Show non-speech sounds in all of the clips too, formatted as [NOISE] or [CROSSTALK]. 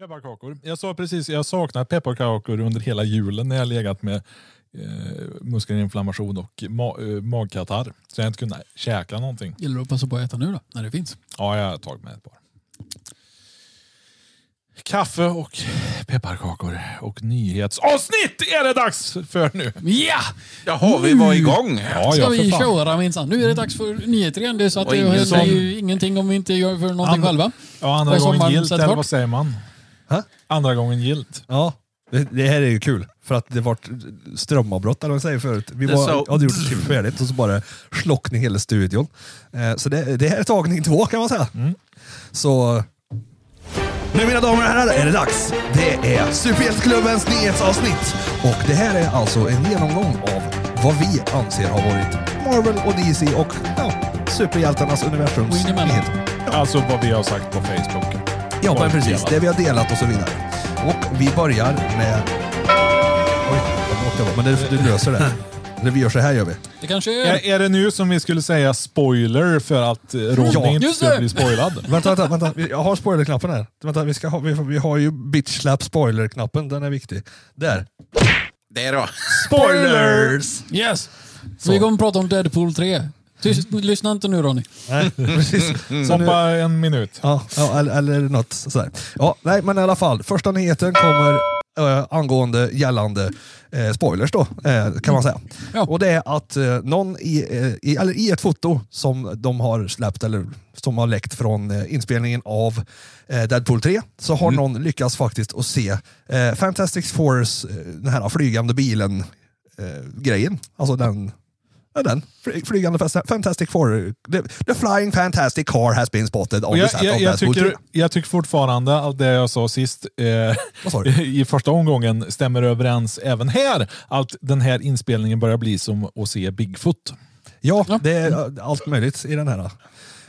Pepparkakor. Jag sa precis, jag saknar pepparkakor under hela julen när jag legat med eh, muskelinflammation och ma- eh, magkatarr. Så jag har inte kunnat käka någonting. Gäller det att passa på att äta nu då, när det finns. Ja, jag har tagit med ett par. Kaffe och pepparkakor och nyhetsavsnitt är det dags för nu. Ja! Jaha, vi var igång. Ja, Ska ja, för vi fan. köra minsann. Nu är det dags för Mm. nyheter igen. Det är så att Och det ingen händer som- ju ingenting om vi inte gör för någonting Andra- själva. Ja, andra Och gången sommaren gilt, sätts eller bort. vad säger man? Hä? Andra gången gilt. Ja, det, det här är ju kul. För att det vart strömavbrott eller vad jag säger förut. Vi Det var, sa- hade gjort det typ färdigt och så bara slocknade hela studion. Eh, så det, det här är tagning två kan man säga. Mm. Så... Nu mina damer och herrar är det dags. Det är Superhjälteklubbens nyhetsavsnitt. Och det här är alltså en genomgång av vad vi anser har varit Marvel och DC och ja, superhjältarnas universums Och inemellan. nyheter. Alltså vad vi har sagt på Facebook. Ja, men Folk precis. delar. Det vi har delat och så vidare. Och vi börjar med... Oj, vad lågt jag var. Men det, du löser det. Eller vi gör så här gör vi. Det kanske är... Är, är det nu som vi skulle säga spoiler för att eh, Ronny Ja, inte just skulle det. bli [LAUGHS] spoilad? Vänta, vänta, vänta. Vi- Jag har spoilerknappen här. Vänta, vi, ska ha, vi, vi har ju bitch slap spoilerknappen. Den är viktig. Där. Det är då. Spoilers! Yes! Så vi kommer att prata om Deadpool 3. Tyst, Mm. lyssna inte nu Ronny. Nej, precis. Så nu, Hoppa en minut. ja, ja, eller, eller något sådär. Ja, nej, men i alla fall. Första nyheten kommer eh, angående gällande eh, spoilers då, eh, kan man säga. Ja. Och det är att eh, någon i, eh, i, eller i ett foto som de har släppt eller som har läckt från eh, inspelningen av eh, Deadpool 3 så har någon lyckats faktiskt att se eh, Fantastic Fours, eh, den här flygande bilen eh, grejen. Alltså den, ja, den fly, flygande fast- Fantastic Four. The, the flying fantastic car has been spotted on Och the jag, set jag, of jag, Deadpool 3. tycker, jag tycker fortfarande att det jag sa sist Vad sa eh, du? [LAUGHS] i första omgången stämmer överens även här. Att den här inspelningen börjar bli som att se Bigfoot. Ja, det är äh, allt möjligt i den här.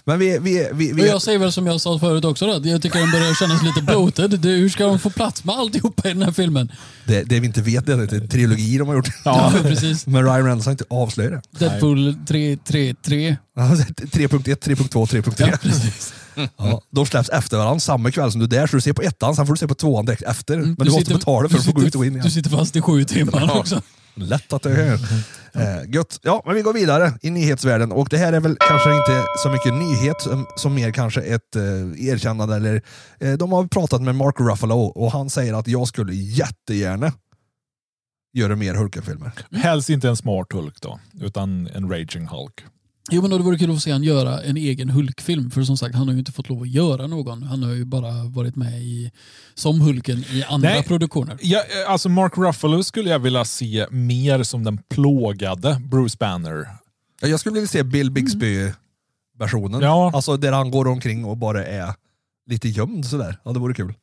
Men vi... vi, vi, Och vi jag säger väl som jag sa förut också då. Jag tycker den börjar kännas lite bloated. Det- Hur ska de få plats med alltihopa i den här filmen? det, det vi inte vet det är att det är en trilogi de har gjort. Ja, precis. [LAUGHS] Men Ryan Reynolds har inte avslöjat det. [LAUGHS] Deadpool 3, 3, 3. Ja, 3.1, 3.2, 3.3. Ja, precis. Ja, de släpps efter varandra samma kväll som du är där, så du ser på ettan, sen får du se på tvåan direkt efter. Mm. Men du, måste betala för du att få gå sitter- ut och in igen. Du sitter fast i sju timmar Ja. också. Lätt att det är. Eh, gött. Ja, men vi går vidare i nyhetsvärlden. Och det här är väl kanske inte så mycket nyhet som, som mer kanske ett eh, erkännande. Eller, eh, de har pratat med Mark Ruffalo och han säger att jag skulle jättegärna göra mer Hulken-filmer. Helst inte en smart Hulk då, utan en Raging Hulk. Jo men då det vore kul att se han göra en egen Hulkfilm. För som sagt, han har ju inte fått lov att göra någon. Han har ju bara varit med i, som Hulken i andra Nej. produktioner. Ja, eh, alltså Mark Ruffalo skulle jag vilja se mer som den plågade Bruce Banner. Ja, Jag skulle vilja se Bill Bixby-versionen. Ja. Alltså där han går omkring och bara är lite gömd sådär. Ja, det vore kul.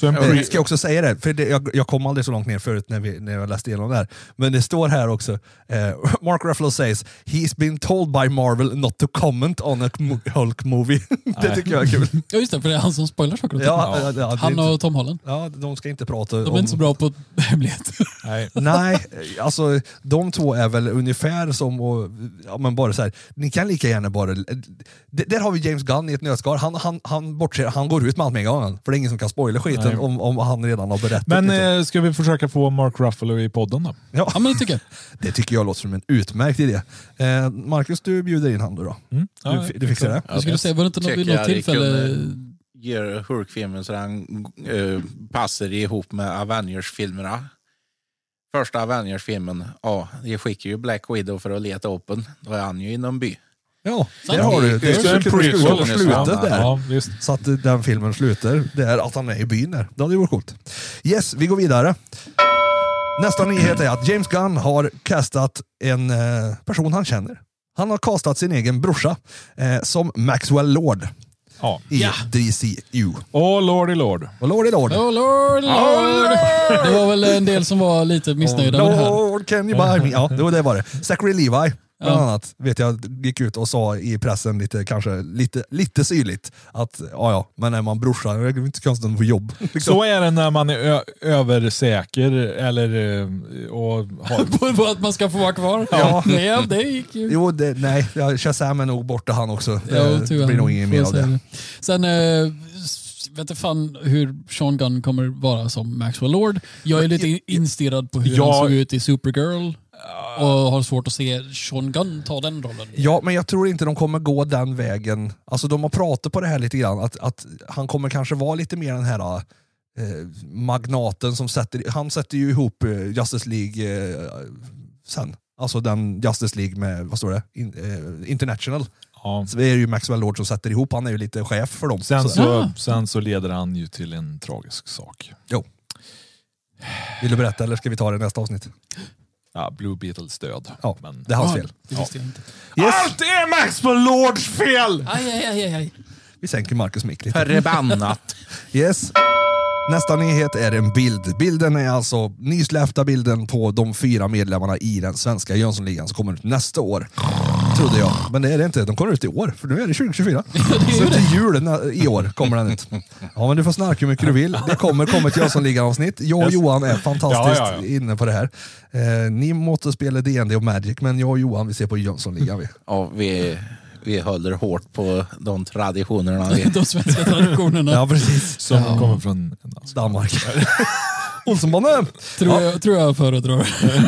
Så en Jag Eh, pre- ska också säga det, för det, jag, jag kom aldrig så långt ner förut när, vi, när jag läste igenom det här. Men det står här också, eh, [LAUGHS] Mark Ruffalo says “He's been told by Marvel not to comment on a mo- Hulk movie”. [LAUGHS] det tycker jag är [LAUGHS] kul. Ja just det, för det är han som spoilar saker och ting. Ja, ja, ja, det är han inte- och Tom Holland. ja, de ska inte prata De om... är inte så bra [LAUGHS] på hemligheter. Nej. Nej, alltså de två är väl ungefär som att, ja men bara så här, ni kan lika gärna bara, D- där har vi James Gunn i ett nötskal, han, han, han bortser, han går ut med allt med en gång, för det är ingen som kan spoila Nej. skiten om, om han redan har berättat. Men liksom. eh, ska vi försöka få Mark Ruffalo i podden då? ja. Ja men det tycker jag. Det tycker jag låter som en utmärkt idé. Eh, Marcus, du bjuder in han då. då. Ja, du, fi- du fixar det? Jag skulle säga, var det inte något, vid något tillfälle... Gör Hulk-filmen så den eh, passar ihop med Avengers-filmerna. Första Avengers-filmen, ja, de skickar ju Black Widow för att leta upp den. Då är han ju i någon by. Ja, där Sant. har Det du. Det ska är en prequel skulle nästan. slutet där. Ja, visst. Så att eh, den filmen slutar, det är att han är i byn där. Det hade ju varit coolt. Yes, vi går vidare. Nästa nyhet är att James Gunn har castat en eh, person han känner. Han har castat sin egen brorsa eh, som Maxwell Lord Ja. i DCU. Åh, lordy lord. Och Lord är Lord. Oh lord, lord. Det var väl en del som var lite missnöjda med det här. Lord can you buy me? Ja, det var det var det. Zachary Levi, bland annat, vet jag gick ut och sa i pressen lite, kanske lite, lite syrligt att ja, ja, men är man brorsa, det är inte konstigt att få jobb. Liksom. Så är det när man är ö- översäker eller eh, och [LAUGHS] har... [LAUGHS] På, på att man ska få vara kvar. Ja. Nej, det gick ju. Jo, det, nej, ja, Shazam är Eh, nog borta han också. Ja, det blir nog inget mer av det. Sen eh, vet inte fan hur Sean Gunn kommer vara som Maxwell Lord. Jag är Men lite jag- Ah. instirrad på hur jag- han såg ut i Supergirl och har svårt att se Sean Gunn ta den rollen. Ja, men jag tror inte de kommer gå den vägen. Alltså de har pratat på det här lite grann, att, att han kommer kanske vara lite mer den här eh, magnaten som sätter, han sätter ju ihop eh, Justice League eh, sen. Alltså den Justice League med, vad står det, In, eh, International. Ja. Så det är ju Maxwell Lord som sätter ihop, han är ju lite chef för dem. Sen, Så- så, Ah. sen så leder han ju till en tragisk sak. Vill du berätta eller ska vi ta det i nästa avsnitt? Ja, Blue Beetles död. Ja, Men, det är hans Ja, fel. Det visste jag inte. Yes, Allt är Max på Lords fel! Aj, aj, aj, aj, aj. vi sänker Marcus mick lite. Förbannat. Yes. Nästa nyhet är en bild. Bilden är alltså nysläppta bilden på de fyra medlemmarna i den svenska Jönssonligan som kommer ut nästa år. Trodde jag, men det är det inte. De kommer ut i år, för nu är [LAUGHS] det 2024. Så till jul nä- i år kommer den ut. Ja, men du får snarka hur mycket du vill. Det kommer komma ett Jönssonligan-avsnitt. Jag och Yes. Johan är fantastiskt Ja, ja, ja. inne på det här. Eh, ni måste spela D&D och Magic, men jag och Johan vi ser på Jönssonligan. Vi. [LAUGHS] Ja, vi, vi håller hårt på de traditionerna. Vi, [LAUGHS] De svenska traditionerna. [LAUGHS] Ja, precis. Som kommer från... Danmark. [LAUGHS] Olsenbanan! Tror, jag, tror jag föredrar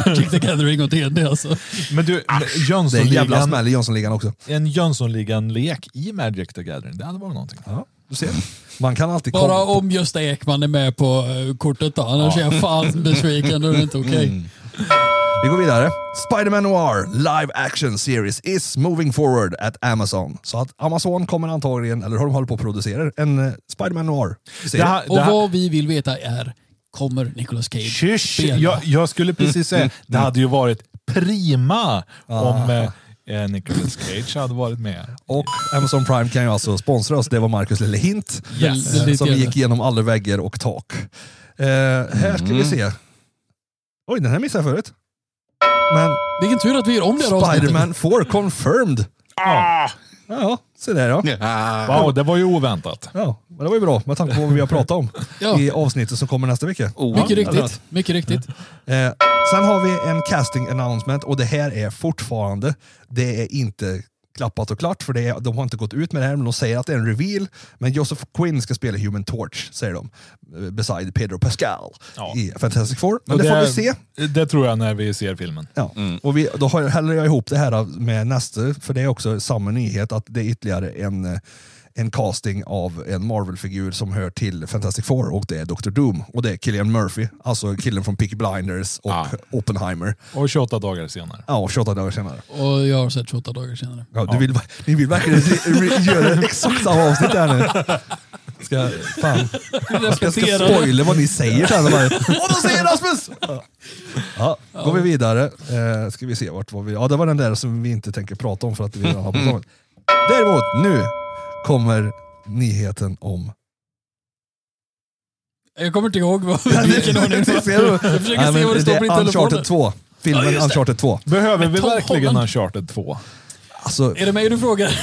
[LAUGHS] Jack the Gathering och D&D alltså. Men du, Det är en jävla Jönssonligan, smäll i Jönssonligan också. en Jönssonligan-lek i Magic the Gathering, det hade varit någonting. Ja, du ser. Man kan alltid Bara komma. om Gösta Ekman är med på eh, kortet då, annars är jag fan besviken. Då är det [LAUGHS] inte okej. Mm. Vi går vidare. Spider-Man Noir Live Action Series is moving forward at Amazon. Så att Amazon kommer antagligen, eller har de hållit på att producera, en eh, Spider-Man Noir. Det här, Och det här, vad vi vill veta är, kommer Nicolas Cage Kysch, spela? jag, jag skulle Mm, precis säga, det hade ju varit prima Ah. om eh, eh, Nicolas Cage hade varit med. Och Amazon Prime kan ju alltså sponsra oss, det var Marcus lilla hint. Yes. Väldigt eh, Som gärna. gick igenom alla väggar och tak. Eh, här ska vi se. Oj, den här missade jag förut. Men Vilken tur att vi gör om det här avsnittet. Spider-Man 4 confirmed. Ah, Ja, se där ja. Ah, wow, det var ju oväntat. Ja, men det var ju bra med tanke på vad vi har pratat om Ja. i avsnittet som kommer nästa vecka. oh, Mycket eller riktigt. Mycket riktigt. Eh, sen har vi en casting announcement och det här är fortfarande, det är inte klappat och klart för det är, de har inte gått ut med det här men de säger att det är en reveal. Men Joseph Quinn ska spela Human Torch säger de. eh, Beside Pedro Pascal Ja. i Fantastic Four. Men Och det, får vi se. Det tror jag när vi ser filmen. Ja. Och vi, då har- häller jag ihop det här med nästa, för det är också samma nyhet, att det är ytterligare en, eh, en casting av en Marvel-figur som hör till Fantastic Four och det är Dr. Doom. Och det är Killian Murphy, alltså killen från Peaky Blinders och Ah. Oppenheimer. Och 28 dagar senare. Ja, 28 dagar senare. Och jag har sett 28 dagar senare. Ja, du vill, ni vill verkligen re- re- göra exakt samma avsnitt här nu. Ska, fan. Jag ska, ska Repetera. spoila vad ni säger sen. Och bara, [LAUGHS] "Åh, då säger Rasmus! Ja. Ja, går vi vidare. Eh, ska vi se vart var vi... Ja, det var den där som vi inte tänker prata om för att vi redan [LAUGHS] har pratat om. Däremot, nu kommer nyheten om... Jag kommer inte ihåg vad, vilken ordning det [LAUGHS] var. Ser du? Jag försöker Nej, se men vad det står på din är Uncharted telefon. 2. Filmen just det. Uncharted 2. Behöver Men vi Tom verkligen Holland- Uncharted 2? Alltså, Är det mig du frågar?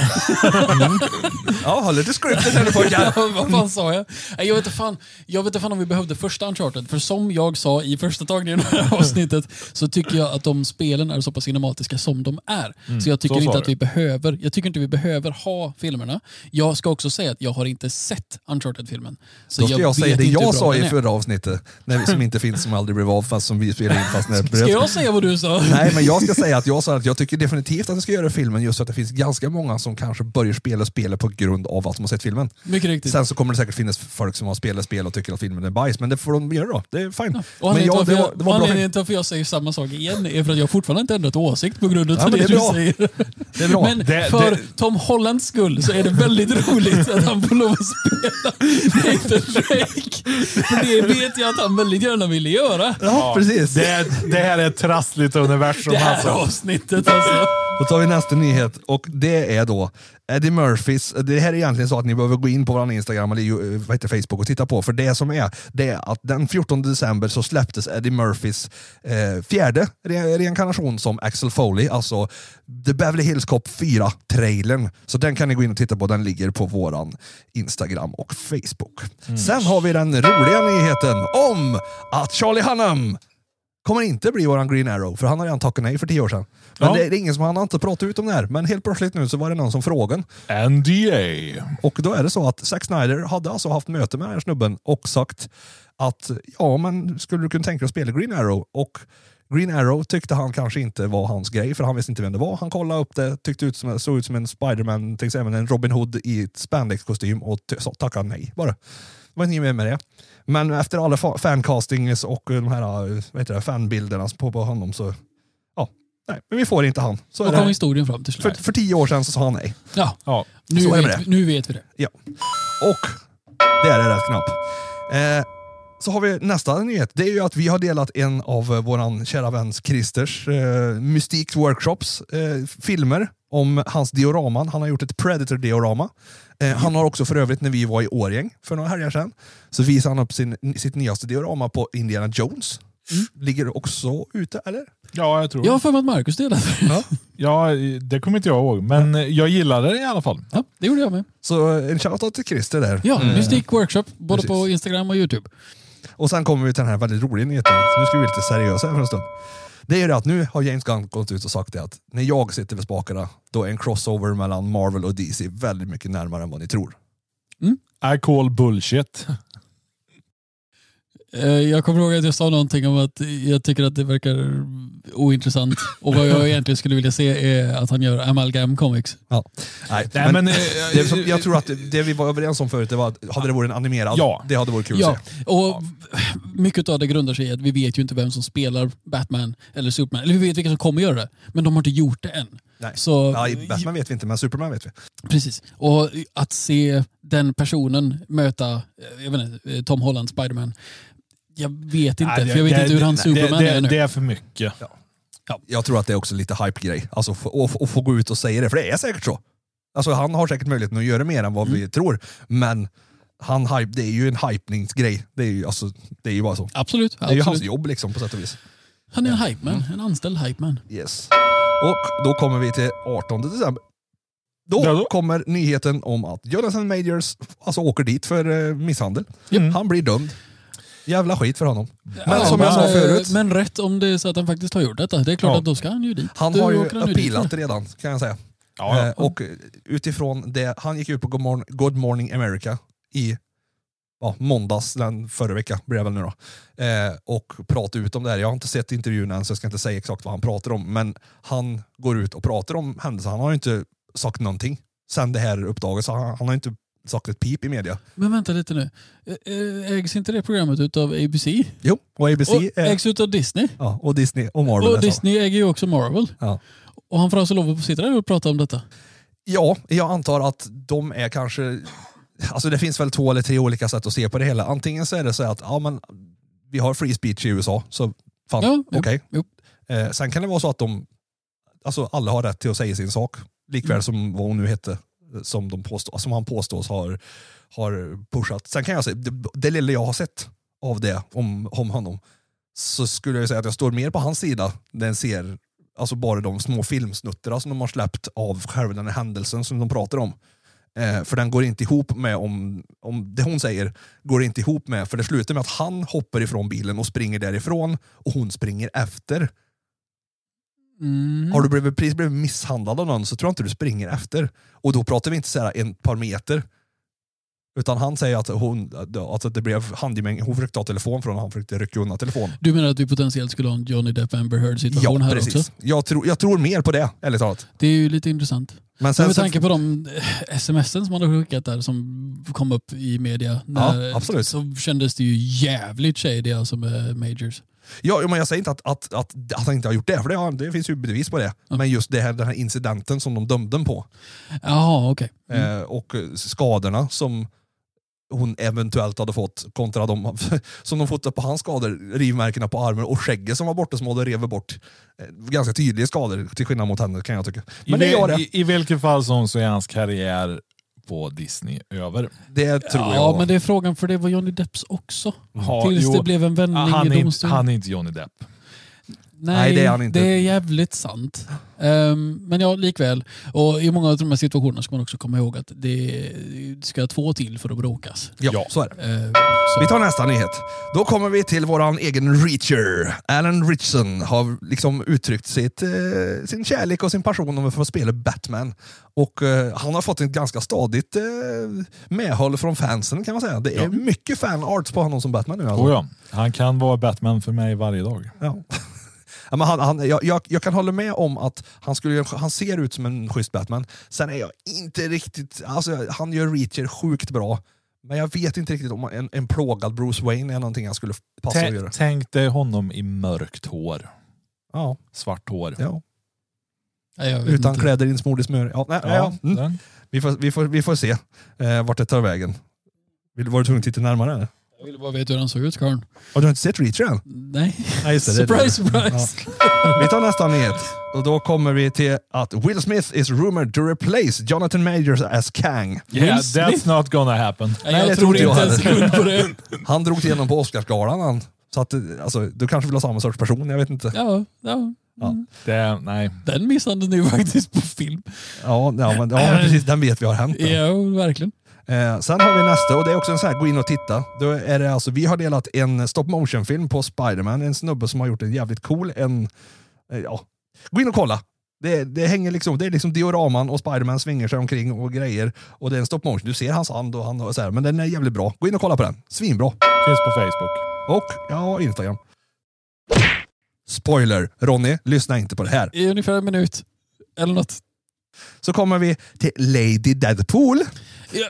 ja, håll lite scriptet här [LAUGHS] nu pojkar. Vad fan sa jag? Nej, Jag vet, inte fan, jag vet inte fan om vi behövde första Uncharted, för som jag sa i första tagningen i det här avsnittet så tycker jag att de spelen är så pass cinematiska som de är. Mm, så jag tycker så sa inte att du. vi behöver jag tycker inte vi behöver ha filmerna. Jag ska också säga att jag har inte sett Uncharted-filmen. Så Då ska jag, säga vet det inte hur jag bra sa den i är. förra avsnittet, när vi, som inte finns, som aldrig blev av, fast som vi spelade in fast när det Ska bröts. jag säga vad du sa? [LAUGHS] Nej, men jag ska säga att jag sa att jag tycker definitivt att jag ska göra filmen just för att det finns ganska många som kanske börjar spela spelet på grund av att de har sett filmen. [LAUGHS] Mycket riktigt. Sen så kommer det säkert finnas folk som har spelat spel och tycker att filmen är bajs, men det får de göra då. Det är fine. Och men anledningen ja, till det att var, jag- det var en bra film. anledningen till att jag säger samma sak igen är för att jag fortfarande inte ändrat åsikt på grund av Ja, men det, det är du bra. säger. Det är bra. Men Det- för det- Tom Hollands skull så är det väldigt roligt att han får lov att spela Nathan Drake. För det vet jag att han väldigt gärna ville göra. Ja, precis. Det, det här är ett trassligt universum Det här alltså. avsnittet alltså. Då tar vi nästa nyhet och det är då Eddie Murphys, det här är egentligen så att ni behöver gå in på vår Instagram eller ju- eh, vad heter Facebook och titta på, för det som är, det är att den 14 december så släpptes Eddie Murphys eh, fjärde re- reinkarnation som Axel Foley, alltså The Beverly Hills Cop 4-trailern. Så den kan ni gå in och titta på, den ligger på våran Instagram och Facebook. Sen har vi den roliga nyheten om att Charlie Hunnam Kommer inte bli våran Green Arrow, för han har redan tackat nej för tio år sedan. Men Ja. det är ingen som, han har inte pratat ut om det här, men helt plötsligt nu så var det någon som frågade. NDA. Och då är det så att Zack Snyder hade alltså haft möte med den här snubben och sagt att ja, men skulle du kunna tänka dig att spela Green Arrow? Och Green Arrow tyckte han kanske inte var hans grej, för han visste inte vem det var. Han kollade upp det, tyckte ut som, såg ut som en Spiderman, till exempel en Robin Hood i ett spandex-kostym och ty- sa- tackade nej bara. Det var inget mer med det. Men efter alla fa- fancastings och de här eh, vad heter det, fanbilderna på, på honom så, ja, nej, men vi får inte han. Så är Då kom det. historien fram till För, slut. för tio år sedan så sa han nej. Ja, Ja. nu, Så är vet, det. vi- nu vet vi det. Ja. Och där är rätt knapp. Eh, så har vi nästa nyhet. Det är ju att vi har delat en av eh, våran kära väns Christers eh, Mystique Workshops eh, filmer om hans dioraman. Han har gjort ett Predator-diorama. Eh, han har också för övrigt, när vi var i Årjäng för några helger sedan, så visade han upp sin, sitt nyaste diorama på Indiana Jones. Ligger också ute, eller? ja, jag tror Jag har ja. för mig att Marcus delade. Ja. Det kommer inte jag ihåg, men eh, jag gillade det i alla fall. Ja, det gjorde jag med. Så eh, en shoutout till Christer där. Ja, Mystik Workshop, både Mm. Precis. på Instagram och YouTube. Och sen kommer vi till den här väldigt roliga nyheten. Så nu ska vi bli lite seriösa här för en stund. Det är ju det att nu har James Gunn gått ut och sagt det att när jag sitter vid spakarna, då är en crossover mellan Marvel och DC väldigt mycket närmare än vad ni tror. I call bullshit. Eh, Jag kommer ihåg att jag sa någonting om att jag tycker att det verkar ointressant. Och vad jag egentligen skulle vilja se är att han gör Amalgam Comics. Ja. Nej, Nej, men, men, eh, det som, jag tror att det vi var överens om förut, det var att hade det varit en animerad, Ja. det hade varit kul Ja, att se. och mycket av det grundar sig i att vi vet ju inte vem som spelar Batman eller Superman. Eller vi vet vilka som kommer göra det, men de har inte gjort det än. Nej. Så, Nej, Batman vet vi inte, men Superman vet vi. Precis. Och att se den personen möta eh, jag vet inte, eh, Tom Holland, Spiderman. Jag vet inte, Nej, det- för jag vet det- inte hur han det- Superman det, är nu. Det är för mycket. Jag tror att det är också lite hype-grej. Alltså f- och, och få gå ut och säga det, för det är säkert så. Alltså han har säkert möjligheten att göra mer än vad Mm. vi tror, men han hype, det är ju en hypningsgrej. Det är ju, alltså, det är ju bara så. Absolut. Det är ju hans absolut. jobb liksom på sätt och vis. Han är en hypeman, en anställd hypeman. Yes. Och då kommer vi till 18 december. Då, Ja, då. kommer nyheten om att Jonathan Majors alltså, åker dit för eh, misshandel. Mm. Japp. Han blir dömd. Jävla skit för honom. Men Ja, som jag sa men, eh, förut, Men rätt om det är så att han faktiskt har gjort detta. Det är klart Ja. att då ska han ju dit. han Då har ju åker han dit appealat för det. redan kan jag säga. Ja, Eh, ja. och eh, utifrån det, han gick ut på Good Morning, Good Morning America i ja, måndags, den förra veckan blir det väl nu då. Eh, och pratade ut om det här. Jag har inte sett intervjun än så jag ska inte säga exakt vad han pratar om. Men han går ut och pratar om händelsen. Han har ju inte sagt någonting sen det här uppdaget. Så han, han har inte sagt ett pip i media. Men vänta lite nu. Eh, eh, Ägs inte det programmet utav ABC? Jo, och ABC Och eh, ägs utav Disney? ja, och Disney och Marvel. Och nästan. Disney äger ju också Marvel. Ja. Och han får alltså lov att sitta där och prata om detta. Ja, jag antar att de är kanske... Alltså det finns väl två eller tre olika sätt att se på det hela. Antingen så är det så att ja, men, vi har free speech i USA, så fan, Ja, jo, okej. jo. Eh, sen kan det vara så att de, alltså alla har rätt till att säga sin sak. Likväl Mm. som vad hon nu hette, eh, som, de påstå, som han påstås har, har pushat. Sen kan jag säga, det, det lilla jag har sett av det om, om honom, så skulle jag säga att jag står mer på hans sida när jag ser alltså bara de små filmsnuttarna som de har släppt av själva den här händelsen som de pratar om. Eh, för den går inte ihop med, om, om det hon säger, går inte ihop med, för det slutar med att han hoppar ifrån bilen och springer därifrån och hon springer efter. Mm. Har du blivit, precis blivit misshandlad av någon så tror jag inte du springer efter. Och då pratar vi inte så här en par meter. Utan han säger att hon, att det blev handgemäng, hon försökte ta telefon från honom, han försökte rycka undan telefon. Du menar att vi potentiellt skulle ha en Johnny Depp Amber Heard situation här också? Jag, tror, jag tror mer på det, ärligt talat. Det är ju lite intressant. Men Men sen, med tanke på de eh, sms'en som man har skickat där som kom upp i media. när- absolut. Så kändes det ju jävligt shady alltså med Majors. ja, men jag säger inte att, att, att, att han inte har gjort det, för det, har- det finns ju bevis på det. Men just det här, den här incidenten som de dömde honom på. Jaha, okej. eh, och skadorna som hon eventuellt hade fått kontra de [LAUGHS] som de fått på hans skador, rivmärkena på armen och skägget som var borta som hade revit bort. Eh, Ganska tydliga skador till skillnad mot henne kan jag tycka. Men det I, gör vil- det. I, I vilket fall som så är hans karriär på Disney över. Mm. Det tror Ja, jag. men det är frågan för det var Johnny Depps också. Ja, Tills jo. det blev en vändning han, i är inte, domstolen. han är inte Johnny Depp. Nej, Nej, det är han inte. Det är jävligt sant. Ehm, men ja, likväl. Och I många av de här situationerna ska man också komma ihåg att det det ska två till för att bråkas. Ja, Ja. så är det. Ehm, Vi så. tar nästa nyhet. Då kommer vi till våran egen Reacher. Alan Richson har liksom uttryckt sitt, eh, sin kärlek och sin passion för att spela Batman. Och eh, han har fått ett ganska stadigt eh, medhåll från fansen kan man säga. Det är mycket fanarts på honom som Batman nu. Alltså. Oh, ja. Han kan vara Batman för mig varje dag. Ja. [LAUGHS] Ja, men han, han, jag, jag, jag kan hålla med om att han, skulle, han ser ut som en schysst Batman. Sen är jag inte riktigt... Alltså, han gör Reacher sjukt bra. Men jag vet inte riktigt om en, en plågad Bruce Wayne är någonting han skulle passa att Tänk, göra. tänk dig honom i mörkt hår. Ja, Svart hår. ja. Nej, jag vet Utan inte. kläder, insmord i smör. Ja, nej, ja. Ja, Mm. den. Vi, får, vi, får, vi får se eh, vart det tar vägen. Vill, var du tvungen att titta närmare? Eller? Jag ville bara veta hur han såg ut, karln. Har du inte sett Reacher än? [LAUGHS] Nej. Nej, just det, det är surprise, det. surprise. Vi tar nästa nyhet. Och då kommer vi till att Will Smith is rumored to replace Jonathan Majors as Kang. Yeah, Will Smith? that's not gonna happen. Nej, Nej, jag det tror tror inte inte en sekund på det. Han drog igenom på Oscarsgalan. Han. Så att, eh, alltså, du kanske vill ha samma sorts person, jag vet inte. Ja, ja. Det, nej. Den misshandeln är ju faktiskt på film. Ja, ja, men, ja men precis. Den vet vi har hänt. då. Ja, verkligen. Eh, sen har vi nästa och det är också en sån här, gå in och titta. Då är det alltså, vi har delat en stop motion-film på Spiderman, en snubbe som har gjort en jävligt cool, en, eh, ja, gå in och kolla. Det, det hänger liksom, det är liksom dioraman och Spiderman svingar sig omkring och grejer. Och det är en stop motion, du ser hans hand och han har så här, men den är jävligt bra. Gå in och kolla på den, svinbra. Finns på Facebook. Och, ja, Instagram. Spoiler, Ronny, lyssna inte på det här. I ungefär en minut. Eller något. Så kommer vi till Lady Deadpool. Ja,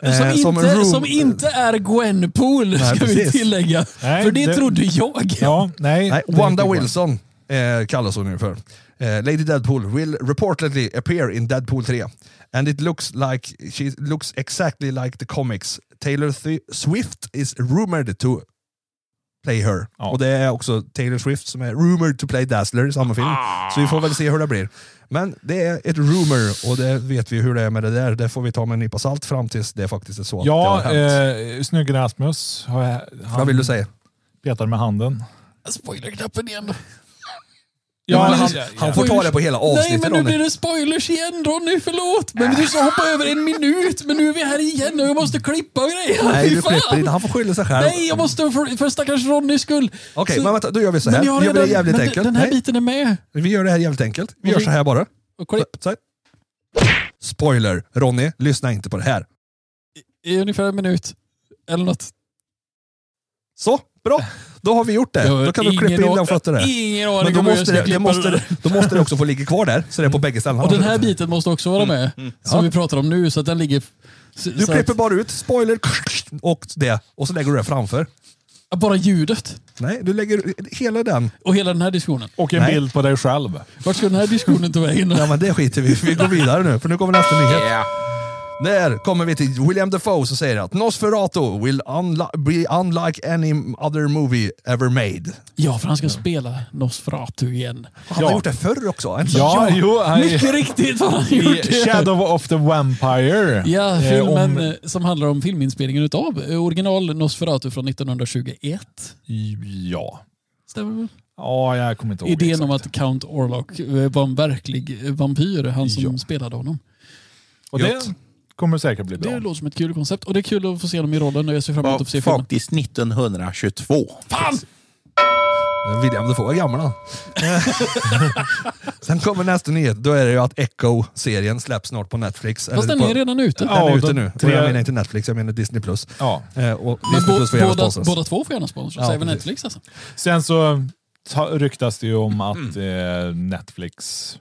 Eh, som, som inte, en room- som inte är Gwenpool, Nej, ska vi precis. tillägga. Nej, För det, det- trodde jag. Ja, nej. Nej, det är Wanda inte bra. Wilson eh, kallas hon nu för. Eh, Lady Deadpool will reportedly appear in Deadpool 3. And it looks like she looks exactly like the comics. Taylor Thi- Swift is rumored to play her. Ja. Och det är också Taylor Swift som är rumored to play Dazzler i samma film. Ah. Så vi får väl se hur det blir. Men det är ett rumor och det vet vi hur det är med det där. Det får vi ta med en nypa salt fram tills det faktiskt är så att det Ja, har hänt. eh, snygg Rasmus. har jag- Han Vad vill du säga? Petar med handen. Spoilerknappen igen. Ja, men han, ja, ja. han får ta det på hela Nej, avsnittet men nu Ronny. blir det spoilers igen Ronny, förlåt. Men du sa hoppa över en minut, men nu är vi här igen och jag måste klippa och grejer. Nej, Fy du fan. klipper inte. Han får skylla sig själv. Nej, jag måste för, för stackars Ronnys skull. Okej, Så- men vänta, då gör vi så här. Men Vi jag har gör det redan- jävligt men enkelt. Den här Nej, biten är med. Vi gör det här jävligt enkelt. Vi gör Okej. så här bara. Och klipp Så här. Spoiler, Ronny, lyssna inte på det här. i ungefär en minut. Eller något. Så, bra. Då har vi gjort det. Jag har Då kan du ingen klippa in den a- och flytta det. Ingen aning Men då om hur jag måste, ska det, det klippa måste, den. det- då måste det också få ligga kvar där, så det är på bägge ställen. Och den här biten måste också vara med, som Mm. Ja. vi pratar om nu, så att den ligger... Så, Du så att, klipper bara ut spoiler och det, och så lägger du det framför. bara ljudet Nej, du lägger hela den. och hela den här diskussionen. Och en Nej. bild på dig själv. Vart ska den här diskussionen ta vägen? Ja, men det skiter vi i. Vi går vidare nu, för nu kommer nästa nyhet. Ja. Där kommer vi till William Dafoe som säger att Nosferatu will unli- be unlike any other movie ever made. Ja, för han ska spela Nosferatu igen. Han har Ja. gjort det förr också. En Ja, [LAUGHS] jo. Han, Mycket riktigt vad han I gjort. Shadow of the Vampire. Ja, Eh, filmen om- eh, som handlar om filminspelningen utav eh, original Nosferatu från 1921. Ja. Stämmer det väl? Ja, jag kommer Oh, inte ihåg Idén exakt. om att Count Orlok eh, var en verklig eh, vampyr, han som Ja. spelade honom. Och Gött. det kommer säkert bli Det bra. låter som ett kul koncept och det är kul att få se dem i rollen och jag ser fram emot Var att få se filmen. faktiskt 1922. Fan! William Dafoe är [LAUGHS] gammal han. Sen kommer nästa nyhet. Då är det ju att Echo-serien släpps snart på Netflix. Fast den på, är redan ute. den är Ja, ute de nu. tre- Och jag menar inte Netflix, jag menar Disney+. Plus. Ja. Eh, och Men Disney bo, Plus får gärna båda, sponsras. båda två får gärna sponsras, Ja, även precis. Netflix alltså. Sen så ta- ryktas det ju om att Mm. eh, Netflix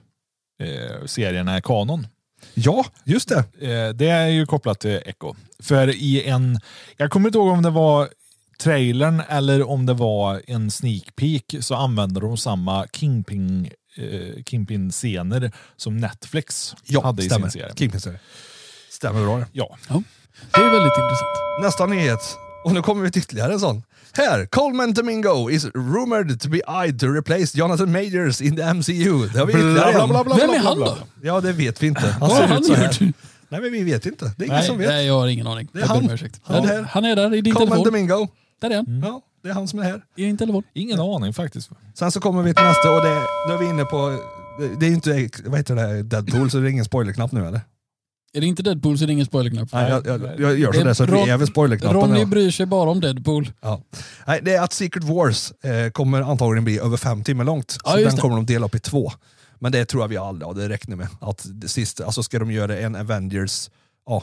eh, serien är kanon. Ja, just det. Eh, det är ju kopplat till Echo. För i en, jag kommer inte ihåg om det var trailern eller om det var en sneak peek så använder de samma Kingpin, eh, Kingpin-scener som Netflix Ja, hade i stämmer. sin serie. Kingpin-serie. Stämmer bra det. Ja. Det är väldigt intressant. Nästa nyhet. Och nu kommer vi till ytterligare en sån. Här! Coleman Domingo is rumored to be eyed to replace Jonathan Majors in the MCU. Det har vi ytterligare en. Vem är han då? Ja, det vet vi inte. Han Vad har ser han ut Alltså, så här. gjort? Nej, men vi vet inte. Det är [LAUGHS] ingen Nej, som vet. nej, jag har ingen aning. Det är jag ber om han. ursäkt. Han Ja, är här. han är där i din Coleman telefon. Domingo. Där är han. Ja. det är han som är här. Är det inte Elevon? Ingen aning faktiskt. Sen så kommer vi till nästa och det, då är vi inne på, det, det är ju inte, vad heter det, Deadpool så det är ingen spoilerknapp nu eller? Är det inte Deadpool så är det ingen spoilerknapp. Nej, jag, jag, jag gör sådär så att Ron- vi är vid spoilerknappen. Ronny ja. bryr sig bara om Deadpool. Ja. Nej, det är att Secret Wars eh, kommer antagligen bli över fem timmar långt. Så Ja, just den det. kommer de dela upp i två. Men det tror jag vi alla, ja, det räknar med. Att det sista, alltså ska de göra en Avengers, ja,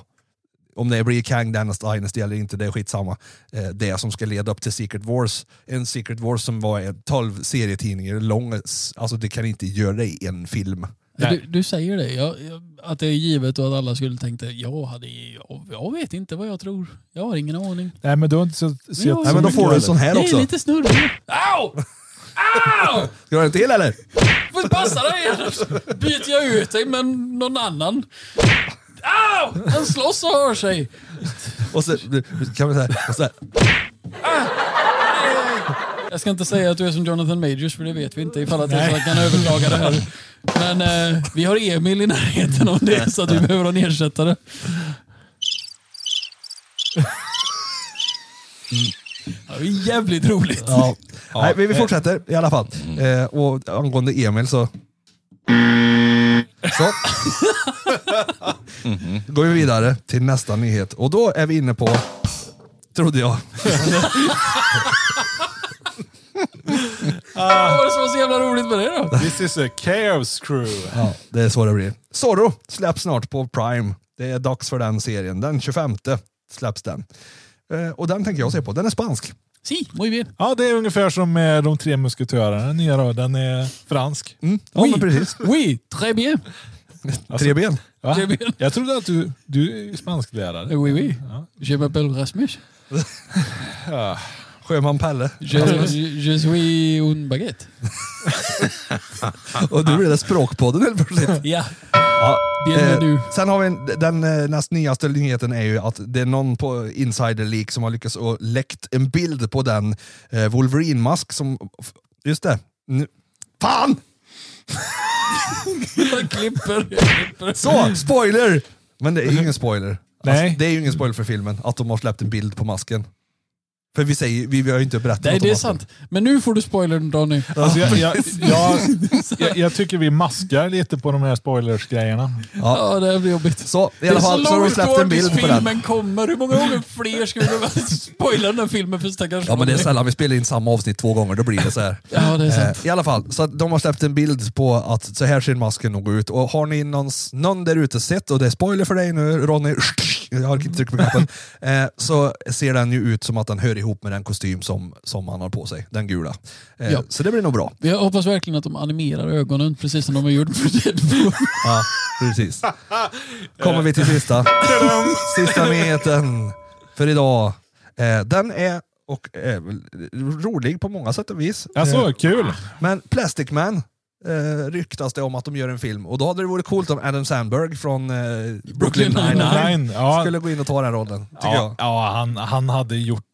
om det blir Kang Dynasty eller inte, det är skitsamma. Eh, det som ska leda upp till Secret Wars. En Secret Wars som var en 12 serietidningar lång, s- alltså det kan inte göra det i en film. Nej. Du, du säger det, jag, jag, att det är givet och att alla skulle tänka jag, hade, jag, jag vet inte vad jag tror. Jag har ingen aning. Nej, men du har inte så, sett Nej, så Nej men då mycket får du en heller. sån här Jag är också. lite snurrig. Au! Au! Ska du ha en till eller? Får passa dig annars byter jag ut dig med någon annan. Au! Den slåss och hör sig. Och så kan vi säga, och så här, Jag ska inte säga att du är som Jonathan Majors för det vet vi inte ifall att jag kan överklaga det här. Men eh, vi har Emil i närheten om det är så att vi behöver en ersättare. Ja, det är jävligt roligt. Ja. Nej, vi, vi fortsätter i alla fall. Eh, och angående Emil så... [LAUGHS] Så. Går vi vidare till nästa nyhet. Och då är vi inne på, trodde jag, Vad var det som var så jävla roligt med det då? This is a chaos crew. ja, det är så det blir. Zorro släpps snart på Prime. Det är dags för den serien. Den 25 släpps den. Eh, och den tänker jag se på. Den är spansk. Si, muy bien. Ja, det är ungefär som eh, de tre musketörerna. Den nya då, den är fransk. Mm. Ja, Oui. men precis. Oui, très bien. Tre ben. Va? Tre ben. Jag trodde att du, du är spansklärare. Oui, oui. Je m'appelle Rasmus. Sjöman Pelle. Je, je, je suis un baguette. Och du blir det Språkpodden helt plötsligt. Ja, Ja. bienvenue. Eh, sen har vi en, den eh, näst nyaste nyheten är ju att det är någon på Insider Leak som har lyckats och läckt en bild på den eh, Wolverine-mask som... Just det. Nu, fan! Jag [LAUGHS] klipper, jag klipper. Så, spoiler! Men det är ju ingen spoiler. Nej. Alltså, det är ju ingen spoiler för filmen, att de har släppt en bild på masken. För vi, säger, vi, vi har ju inte berättat Nej, något om det är masken. sant. Men nu får du spoilern Donny. Alltså, jag, [LAUGHS] jag, jag, jag, jag tycker vi maskar lite på de här spoilers-grejerna. Ja, det här blir jobbigt. Så, i alla fall så har de släppt en bild på den. filmen kommer. Hur många gånger fler ska vi [LAUGHS] behöva spoila den här filmen för stackars Ja men det är Donny? sällan vi spelar in samma avsnitt två gånger, då blir det så här. Ja, det är sant. Eh, I alla fall, så att de har släppt en bild på att så här ser masken nog ut. Och har ni någon, någon där ute sett, och det är spoiler för dig nu Ronny, [LAUGHS] jag har inte tryckt [LAUGHS] på knappen, eh, så ser den ju ut som att den hör ihop med den kostym som, som han har på sig, den gula. Eh, Ja. Så det blir nog bra. Jag hoppas verkligen att de animerar ögonen precis som de har gjort för [LAUGHS] Deadpool. Ja, [LAUGHS] precis. Kommer vi Eh, till sista. Sista nyheten för idag. Eh, Den är och är väl rolig på många sätt och vis. Eh, Alltså, kul. Men Plastic Man eh, ryktas det om att de gör en film och då hade det varit coolt om Adam Sandberg från eh, Brooklyn Nine-Nine Nine, ja. skulle gå in och ta den rollen. Tycker Ja, ja han, han hade gjort... jag.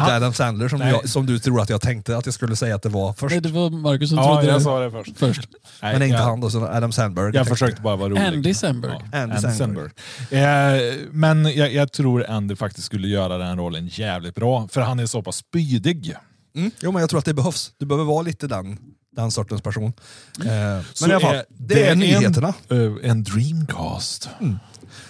Inte Adam Sandler som, Nej. jag, som du tror att jag tänkte att jag skulle säga att det var först. Nej, det var Marcus som Ja, trodde jag det sa det först. först. Nej, Men inte jag, han då, så Adam Sandberg. Jag tänkte. försökte bara vara rolig. Andy Samberg. Andy Andy Samberg. Samberg. Eh, men jag, jag tror Andy faktiskt skulle göra den rollen jävligt bra, för han är så pass spydig. Mm. Jo, men jag tror att det behövs. Du behöver vara lite den, den sortens person. Eh, Så men i alla fall, är- det, är nyheterna. En, eh, en dreamcast.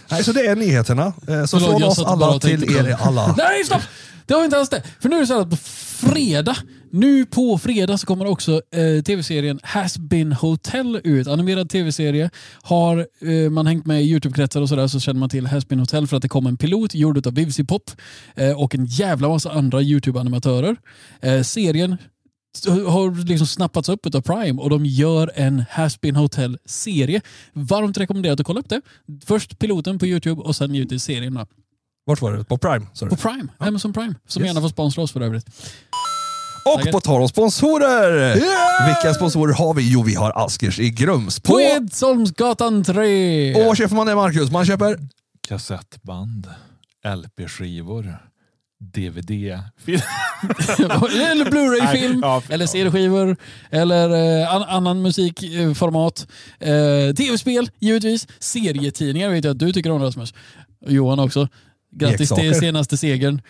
Nej, så det är nyheterna. Eh, så Förlåt, från jag oss satt bara alla och tänkte till på er det. alla. Nej, stopp! Det var inte alls det. För nu är det så här att på fredag, nu på fredag så kommer också eh, tv-serien Has Been Hotel ut. Animerad tv-serie. Har eh, man hängt med i YouTube-kretsar och sådär så känner man till Has Been Hotel för att det kom en pilot gjord av Vivsi Pop eh, och en jävla massa andra YouTube-animatörer. Eh, serien har liksom snappats upp av Prime och de gör en Haspin Hotel-serie. Varmt rekommenderat att kolla upp det. Först piloten på YouTube och sen givetvis serien. då. Vart var det? På Prime? Sorry. På Prime. Amazon Prime. Som Yes. gärna får sponsra oss för övrigt. Och på tal om sponsorer! Vilka sponsorer har vi? Jo, vi har Askers i Grums. På På... Edsholmsgatan 3! Och vad köper man det, Marcus? Man köper... Kassettband, LP-skivor, DVD. Film. [LAUGHS] eller Blu-ray-film, Nej, ja, för- eller CD-skivor, eller eh, an, annan musikformat. Eh, Tv-spel, givetvis. Serietidningar vet jag att du tycker om Rasmus. Och Johan också. Grattis Leksaker. till senaste segern.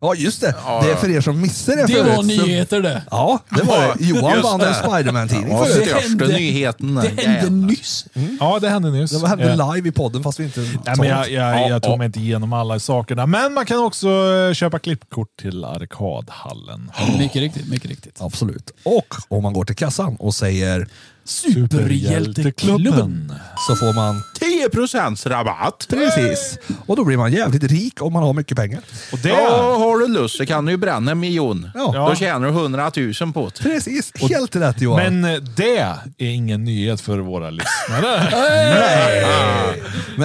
Ja, just det. Ja, det är ja. för er som missar det Det förut, var så- nyheter det. Ja, det var det. Johan Just vann en det. Spiderman-tidning Ja, förut. det största hände- nyheten. Det hände Jävlar. nyss. Ja, det hände nyss. Det hände Eh, live i podden fast vi inte Nej, sa men jag, något. jag, Ja, jag tog ja. mig inte igenom alla sakerna. Men man kan också eh, köpa klippkort till [GASPS] arkadhallen. Mycket riktigt, mycket riktigt. Absolut. Och om man går till kassan och säger Superhjälteklubben. så får man 10 procents rabatt. precis. Och då blir man jävligt rik om man har mycket pengar. Och det, Ja, har du lust så kan du ju bränna en miljon. Ja. Då tjänar du 100 000 på det. Precis, helt rätt Johan. Men, Men eh, det är ingen nyhet för våra [LAUGHS] lyssnare.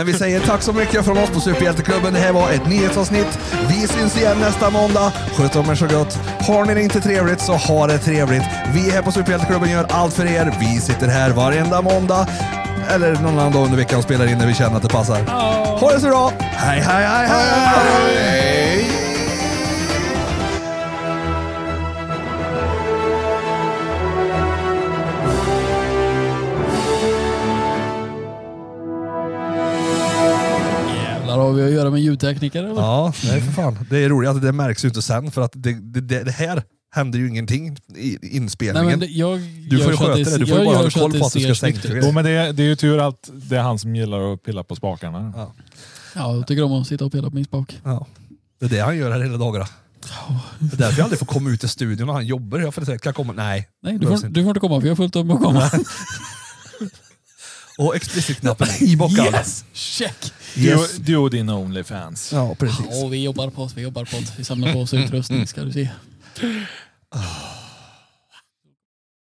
vi säger tack så mycket från oss på Superhjälteklubben. Det här var ett nyhetsavsnitt. Vi syns igen nästa måndag. Sköt om er så gott. Har ni det inte trevligt så ha det trevligt. Vi här på Superhjälteklubben gör allt för er. Vi sitter här varenda måndag. Eller någon annan dag under veckan och spelar in när vi känner att det passar. Ha det så bra! Hej, hej, hej, hej! Jävlar har vi att göra med ljudtekniker eller? Ja, nej för fan. Det är roligt att det märks ju inte sen för att det, det, det, det här händer ju ingenting i Nej, inspelningen. men det, jag du gör får ju så att sköta det. Du får jag ju bara gör hålla så koll det på att du ser ska snyggt stänga ut. Jo, men det, det är ju tur att det är han som gillar att pilla på spakarna. Ja, jag tycker om att sitta och pilla på min spak. Ja. Det är det han gör här hela dagarna. Det är därför jag aldrig får komma ut i studion när han jobbar. Jag får säga, kan jag komma? Nej. Nej, du behövs får, inte. du får inte komma för jag har fullt upp med att komma. Och explicit-knappen i bockarna. Yes! Check! Yes. Du, du och din Onlyfans. Ja, precis. Och vi jobbar på oss, vi jobbar på oss. Vi samlar på oss utrustning ska du se.